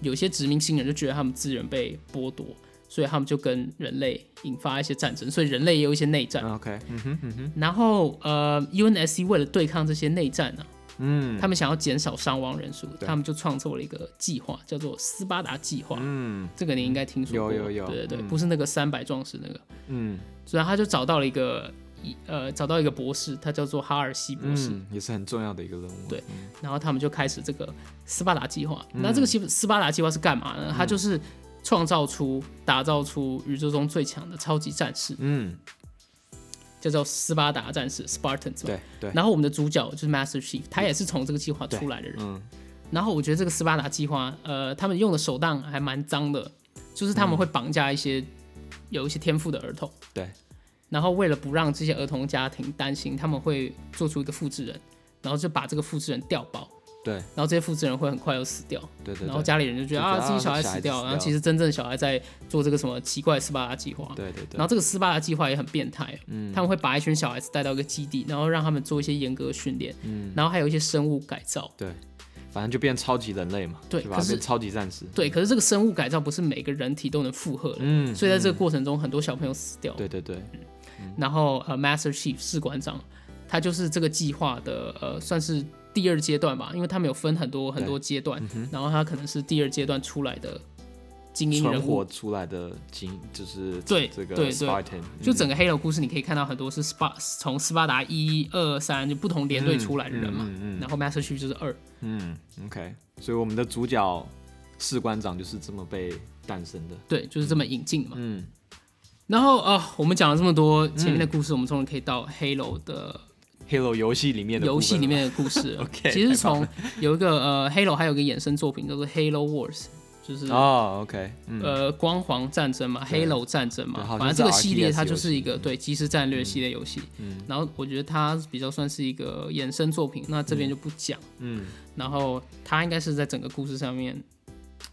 有些殖民新人就觉得他们资源被剥夺，所以他们就跟人类引发一些战争，所以人类也有一些内战。嗯 OK，嗯哼嗯哼，然后呃，UNSC 为了对抗这些内战呢、嗯他们想要减少伤亡人数，对他们就创作了一个计划，叫做斯巴达计划。嗯这个你应该听说过，有有有对对对，嗯不是那个三百壮士那个，嗯所以他就找到了一个一呃，找到一个博士，他叫做哈尔西博士，嗯，也是很重要的一个任务，对然后他们就开始这个斯巴达计划。嗯那这个西斯巴达计划是干嘛呢？它就是创造出、打造出宇宙中最强的超级战士，嗯叫做斯巴达战士 （Spartans） 嘛。对对，然后我们的主角就是 Master Chief，他也是从这个计划出来的人。嗯然后我觉得这个斯巴达计划，呃，他们用的手段还蛮脏的，就是他嗯们会绑架一些、有一些天赋的儿童。对，然后为了不让这些儿童家庭担心，他们会做出一个复制人，然后就把这个复制人调包，对然后这些复制人会很快又死掉，对对，然后对家里人就觉得就觉啊得啊自己小孩小死孩子掉，死然后掉其实真正小孩在做这个什么奇怪的斯巴达计划。对对对，嗯然后这个斯巴达计划也很变态，他们会把一群小孩子带到一个基地，然后让他们做一些严格的训练，嗯然后还有一些生物改造，对，反正就变超级人类嘛，对吧？可是变超级战士，对，可是这个生物改造不是每个人体都能负荷的，嗯所以在这个过程中，很多小朋友死掉。对对对，然后呃，Master Chief 士官长，他就是这个计划的呃，算是第二阶段吧，因为他们有分很多很多阶嗯段，然后他可能是第二阶段出来的精英存人物活。出来的精就是对这对个对 Spartan，就整个黑楼故事，你可以看到很多是 Spa 从斯巴达一二三就不同连队出来的人嘛，嗯嗯嗯然后 Master Chief 就是二，嗯嗯 OK，所以我们的主角士官长就是这么被诞生的，对，就是这么引进的嘛。嗯然后啊、我们讲了这么多前面的故事，我们终于可以到黑楼的，Halo 游戏里面的游戏部分里嘛面的故事了。 OK，其实太棒从有一个呃《Halo》，还有一个衍生作品叫做《Halo Wars》，就是、哦，OK，嗯呃光环战争嘛，《对 Halo》战争嘛对好，像反正这个是系列 RTS 它就是一个游戏嗯对即时战略系列游戏。然后我觉得它比较算是一个衍生作品，那这边就不讲。嗯然后它应该是在整个故事上面，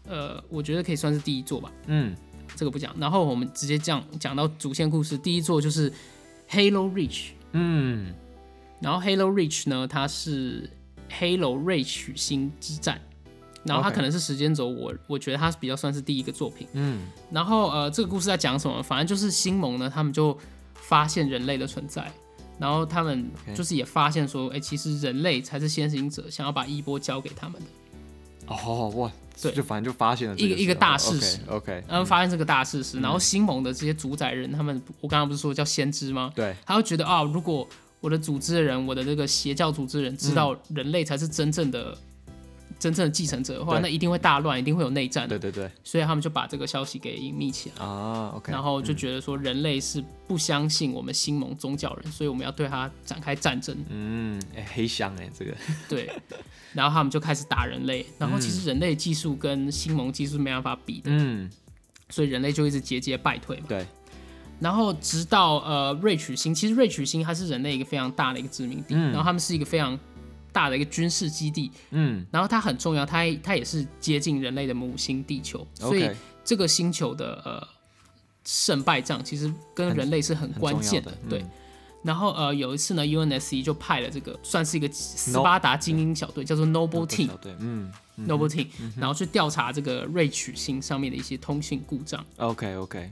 呃，我觉得可以算是第一作吧，嗯这个不讲。然后我们直接讲讲到主线故事，第一作就是《Halo Reach》。嗯然后 Halo Reach 呢，它是 Halo 瑞曲星之战，然后它 OK 可能是时间轴，我我觉得它比较算是第一个作品。嗯然后呃，这个故事在讲什么？反正就是星盟呢，他们就发现人类的存在，然后他们 OK 就是也发现说，哎、其实人类才是先行者，想要把衣钵交给他们的。哦哇，对就反正就发现了这一个一个大事呃实 OK，, 然后发现这个大事实，然后星盟的这些主宰人，他们我刚刚不是说叫先知吗？对，他会觉得啊，如果我的组织的人，我的这个邪教组织的人知嗯道人类才是真正的、真正的继承者的话，对那一定会大乱，一定会有内战的对。对对所以他们就把这个消息给隐秘起来。啊 OK，然后就觉得说人类是不相信我们新盟宗教人，所以我们要对他展开战争。嗯，哎、黑箱哎、这个 对，然后他们就开始打人类。然后其实人类技术跟新盟技术没办法比的，嗯所以人类就一直节节败退嘛。对然后直到呃瑞曲星，其实瑞曲星它是人类一个非常大的一个殖民地，然后他们是一个非常大的一个军事基地，嗯然后它很重要，它它也是接近人类的母星地球，所以 OK 这个星球的呃胜败仗其实跟人类是很很关键重要的对。嗯然后呃有一次呢，UNSC 就派了这个算嗯是一个斯巴达精英小队，叫做 Noble 对 Team 小。队嗯 Noble Team，、然后去调查这个瑞曲星上面的一些通信故障。 OK OK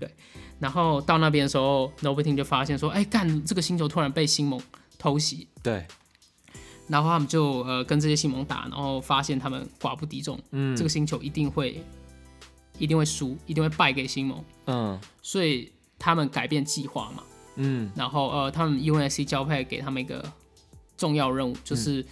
然后到那边的时候，Noble Team 就发现说，哎，干，这个星球突然被星盟偷袭，对然后他们就呃跟这些星盟打，然后发现他们寡不敌众，嗯这个星球一定会一定会输，一定会败给星盟，嗯所以他们改变计划嘛，嗯然后呃他们 UNSC 交配给他们一个重要任务，就是、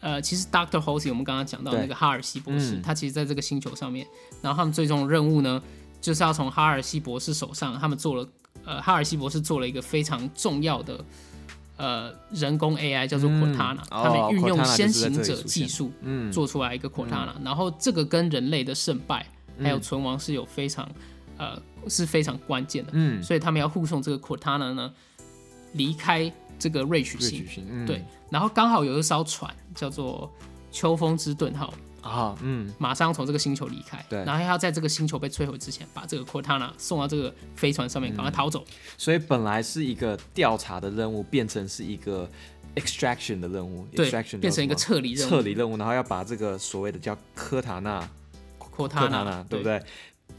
呃其实 Doctor Halsey 我们刚刚讲到对那个哈尔西博士，嗯他其实在这个星球上面，然后他们最终的任务呢，就是要从哈尔西博士手上，他们做了呃哈尔西博士做了一个非常重要的。呃，人工 AI 叫做嗯 Cortana，、哦他们运用 Cortana 就先是在这行里者出现技术，嗯做出来一个 Cortana，、然后这个跟人类的胜败还嗯有存亡是有非常、呃是非常关键的，嗯，所以他们要护送这个 Cortana 呢离开这个瑞曲瑞星曲，星嗯对，然后刚好有一艘船叫做秋风之盾号，啊嗯马上从这个星球离开，对然后要在这个星球被摧毁之前，把这个 Cortana 送到这个飞船上嗯面，赶快逃走，所以本来是一个调查的任务，变成是一个 extraction 的任务对，extraction，变成一个叫什撤离么任务，撤离任务，然后要把这个所谓的叫科塔纳科塔 Cortana，纳，对不？对？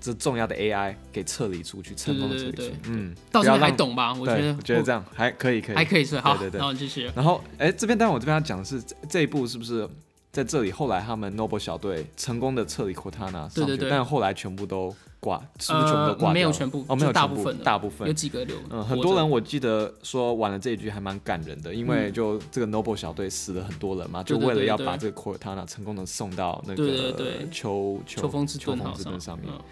这重要的 AI 给撤离出去，成功的撤对对离出对去，嗯，到不这要边还让，懂吧？我我觉得我觉得这样还可以，可以，还可以是好，对对对那我们继续。然后，哎，这边，但我这边要讲的是，这这一步是不是在这里？后来他们 Noble 小队成功的撤离 Cortana 上去，嗯对对对呃但后来全部都挂，是不是全部都挂掉了、没有全部，哦，没就有大全部分的，大部有分。几个留。嗯，很多人我记得说玩了这一局还蛮感人的，因为就这个 Noble 小队死了很多人嘛，对就嗯对为了要对对把这个 Cortana 成功的送到那对对个对秋秋风之秋盾风好之盾上面。嗯对。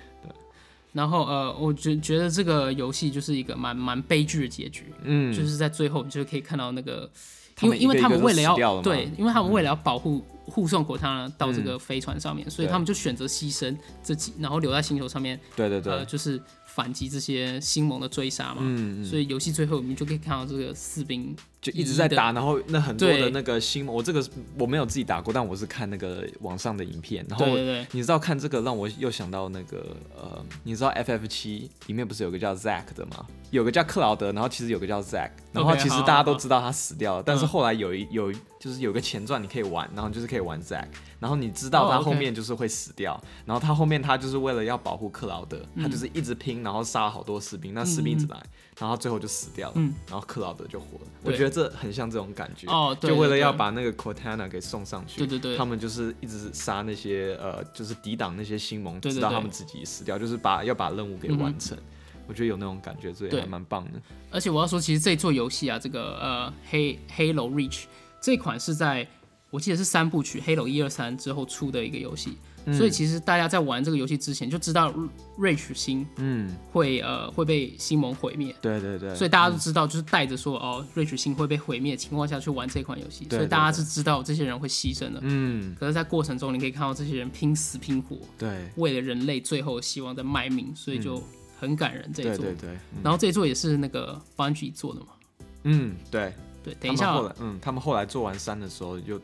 然后呃，我觉觉得这个游戏就是一个蛮蛮悲剧的结局，嗯，就是在最后你就可以看到那个，他因们为因为一个他们一个为都死要掉了嘛嗯对，因为他们为了要保护护送果他到这个飞船上面，所以对他们就选择牺牲自己，然后留在星球上面，对对对，呃，就是反击这些星盟的追杀嘛。嗯嗯，所以游戏最后我们就可以看到这个士兵就一直在打，然后那很多对的那个新，我这个我没有自己打过，但我是看那个网上的影片，然后对对对你知道看这个让我又想到那个呃，你知道 FF 七里面不是有个叫 Zack 的吗？有个叫克劳德，然后其实有个叫 Zack，然后 OK，其实好大家都好嗯知道他死掉了，但是后来有一有一就是有个前传你可以玩，然后就是可以玩 Zack，然后你知道哦他，OK 后面就是会死掉，然后他后面他就是为了要保护克劳德，嗯他就是一直拼，然后杀了好多士兵，那士兵一直来，然后最后就死掉了，嗯然后克劳德就活了。我对觉得这很像这种感觉，哦对就为了对对要把那个 Cortana 给送上去，对对对他们就是一直杀那些呃，就是抵挡那些星盟，对对直到对嗯他们自己死掉，就是把要把任务给完成。我觉得有那种感觉，所以对还蛮棒的。而且我要说，其实这一座游戏啊，这个呃《黑 Halo Reach》这款是在我记得是三部曲《Halo 一二三》之后出的一个游戏，嗯所以其实大家在玩这个游戏之前就知道 Reach 星嗯，会呃会被星盟毁灭。对对对，所以大家都知道，就是带着说哦，瑞曲星会被毁灭的情况下去玩这款游戏，对所以大家对对是知道这些人会牺牲的。嗯，可是，在过程中你可以看到这些人拼死拼活，对为了人类最后的希望在卖命，所以就很感人这一对座嗯对。对，嗯然后这一座也是那个 Bungie 做的嘛，嗯对。对，等他一们下啊哦后来嗯，他们后来做完三的时候就，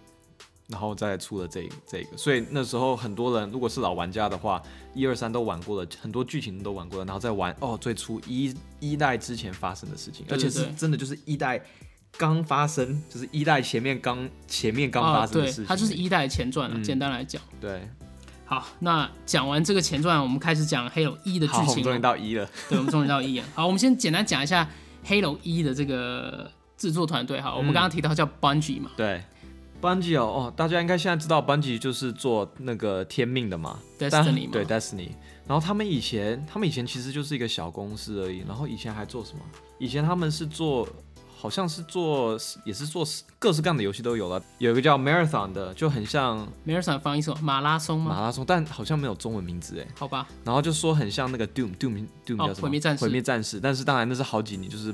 然后再出了这一这个，所以那时候很多人如果是老玩家的话，一二三都玩过了，很多剧情都玩过了，然后再玩哦最初一一代之前发生的事情，对对而且是真的就是一代刚发生，就是一代前面刚前面刚啊，发生的对事情，，它就是一代的前传了。嗯简单来讲，对，好，那讲完这个前传，我们开始讲《黑龙一》的剧好，我们情哦终于了。到一了，对，我们终于到一了。好，我们先简单讲一下《黑龙一》的这个制作团队。哈，我们嗯刚刚提到叫 Bungie 嘛，对。班吉哦，哦，大家应该现在知道班吉就是做那个天命的嘛 Destiny 嘛但对 Destiny。然后他们以前，他们以前其实就是一个小公司而已。然后以前还做什么？以前他们是做，好像是做，也是做各式各样的游戏都有了。有一个叫 Marathon 的，就很像梅尔森翻译什么马拉松吗？马拉松，但好像没有中文名字哎。好吧，然后就说很像那个 Doom Doom Doom 哦叫什么？毁灭战士毁灭战士。但是当然那是好几年，就是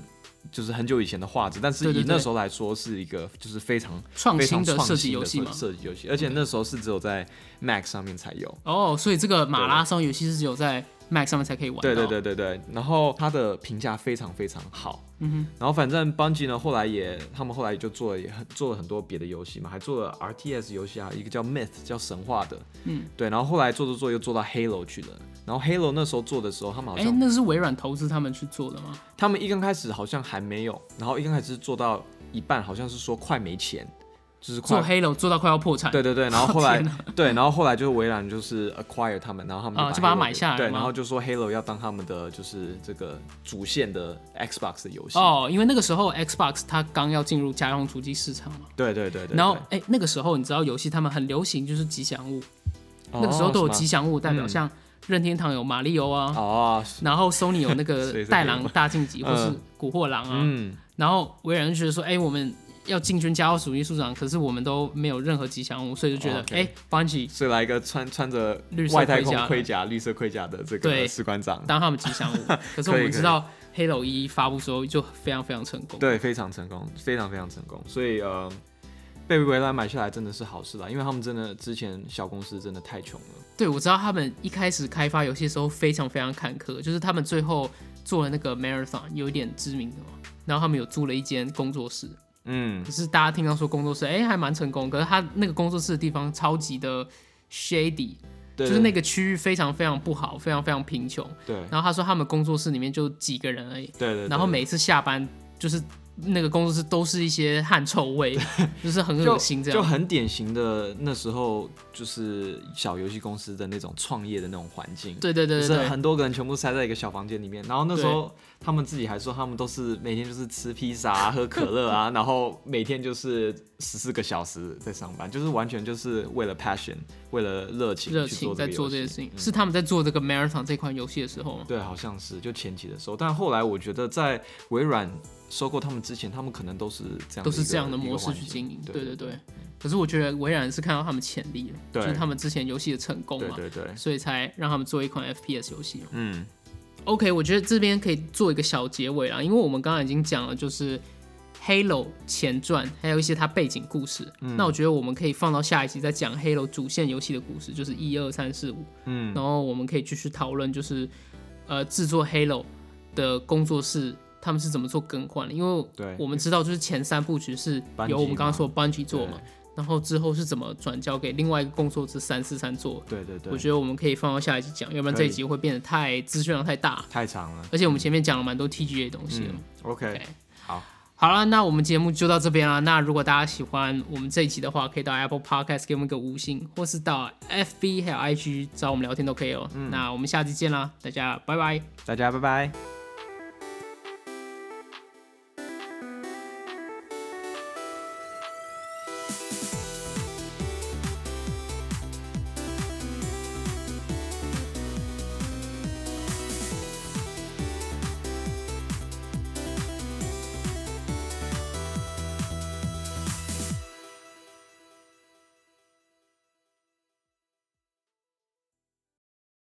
就是很久以前的画质，但是对对以对那时候来说是一个就是非常创非哦新常的创设计新游的戏嘛。设计游戏，而且那时候是只有在 Mac 上面才有。哦，所以这个马拉松游戏是只有在 Mac 上面才可以玩。对对。对对对，然后它的评价非常非常好。嗯哼，然后反正 Bungie 呢，后来也他们后来就做了也很做了很多别的游戏嘛，还做了 RTS 游戏啊，一个叫 Myth 叫神话的，嗯，对。然后后来做做做又做到 Halo 去了。然后 Halo 那时候做的时候，他们好哎、像那是微软投资他们去做的吗？他们一刚开始好像还没有，然后一刚开始做到一半，好像是说快没钱，就是快做。黑楼做到快要破产。对对对，然后后 来哦天哪对，然后后来就是微软就是 acquire 他们，然后他啊们就就把它 Halo 买下来对，吗然后就说 Halo 要当他们的就是这个主线的 Xbox 的游戏。，哦，因为那个时候 Xbox 它刚要进入家用主机市场嘛，对对对对。然后对哎、那个时候你知道游戏他们很流行就是吉祥物，哦那个时候都有吉祥物代表，嗯像任天堂有马里奥啊，哦，然后 Sony 有那 所个以是带狼大晋级嗯或是古惑狼啊，嗯，然后微软就觉得说，哎、我们要进军家用主机市场，可是我们都没有任何吉祥物，所以就觉得哦，，OK 哎、b u n g i e 所以来一个穿穿着绿色外太盔空甲盔甲、绿色盔甲的这对个士官长，当他们吉祥 物，可是我们知道黑楼一发布之后就非常非常成功。对，非常成功，非常非常成功。所以呃，被微软买下来真的是好事啦，因为他们真的之前小公司真的太穷了。对，我知道他们一开始开发游戏的时候非常非常坎坷，就是他们最后做了那个 Marathon 有一点知名的嘛，然后他们有租了一间工作室，嗯可，是大家听到说工作室，哎、还蛮成功，可是他那个工作室的地方超级的 shady，对，就是那个区域非常非常不好，非常非常贫穷。对然后他说他们工作室里面就几个人而已，对对，然后对每一次下班就是那个工作室都是一些汗臭味，就是很恶心嗯这就样。很典型的那时候就是小游戏公司的那种创业的那种环境。对对对对就是对，很多个人全部塞在一个小房间里面，然后那时候他们自己还说，他们都是每天就是吃披萨、啊、喝可 乐啊，然后每天就是十四个小时在上班，就是完全就是为了 passion，为了热情热去情在个做这游些戏事情，嗯是他们在做这个 Marathon 这款游戏的时候吗？对，好像是就前期的时候，但后来我觉得在微软收购他们之前，他们可能都是这样的一个，都是这样的一个模式环去境经营。对对对对对。可是我觉得微软是看到他们潜力了，对就是他们之前游戏的成功对嘛，对对，所以才让他们做一款 FPS 游戏。嗯， OK，我觉得这边可以做一个小结尾啦，因为我们刚刚已经讲了，就是《Halo》前传，还有一些它背景故事。嗯那我觉得我们可以放到下一集再讲《Halo》主线游戏的故事，就是一二三四五。嗯，然后我们可以继续讨论，就是呃，制作《Halo》的工作室他们是怎么做更换的，因为对我们知道就是前三部曲是班由机我们刚刚嘛说 Bungie 做嘛对，然后之后是怎么转交给另外一个工作室三四三做。对对对，我觉得我们可以放到下一集讲，要不然可这一以集会变得太资讯量太大。太长了，而且我们前面讲了蛮多 TGA 的东西了。嗯，OK，呃 OK 好，好了，那我们节目就到这边啦。那如果大家喜欢我们这一集的话，可以到 Apple Podcast 给我们一个五星，或是到 FB 还有 IG 找我们聊天都可以哦、嗯那我们下期见啦，大家拜拜。大家拜拜。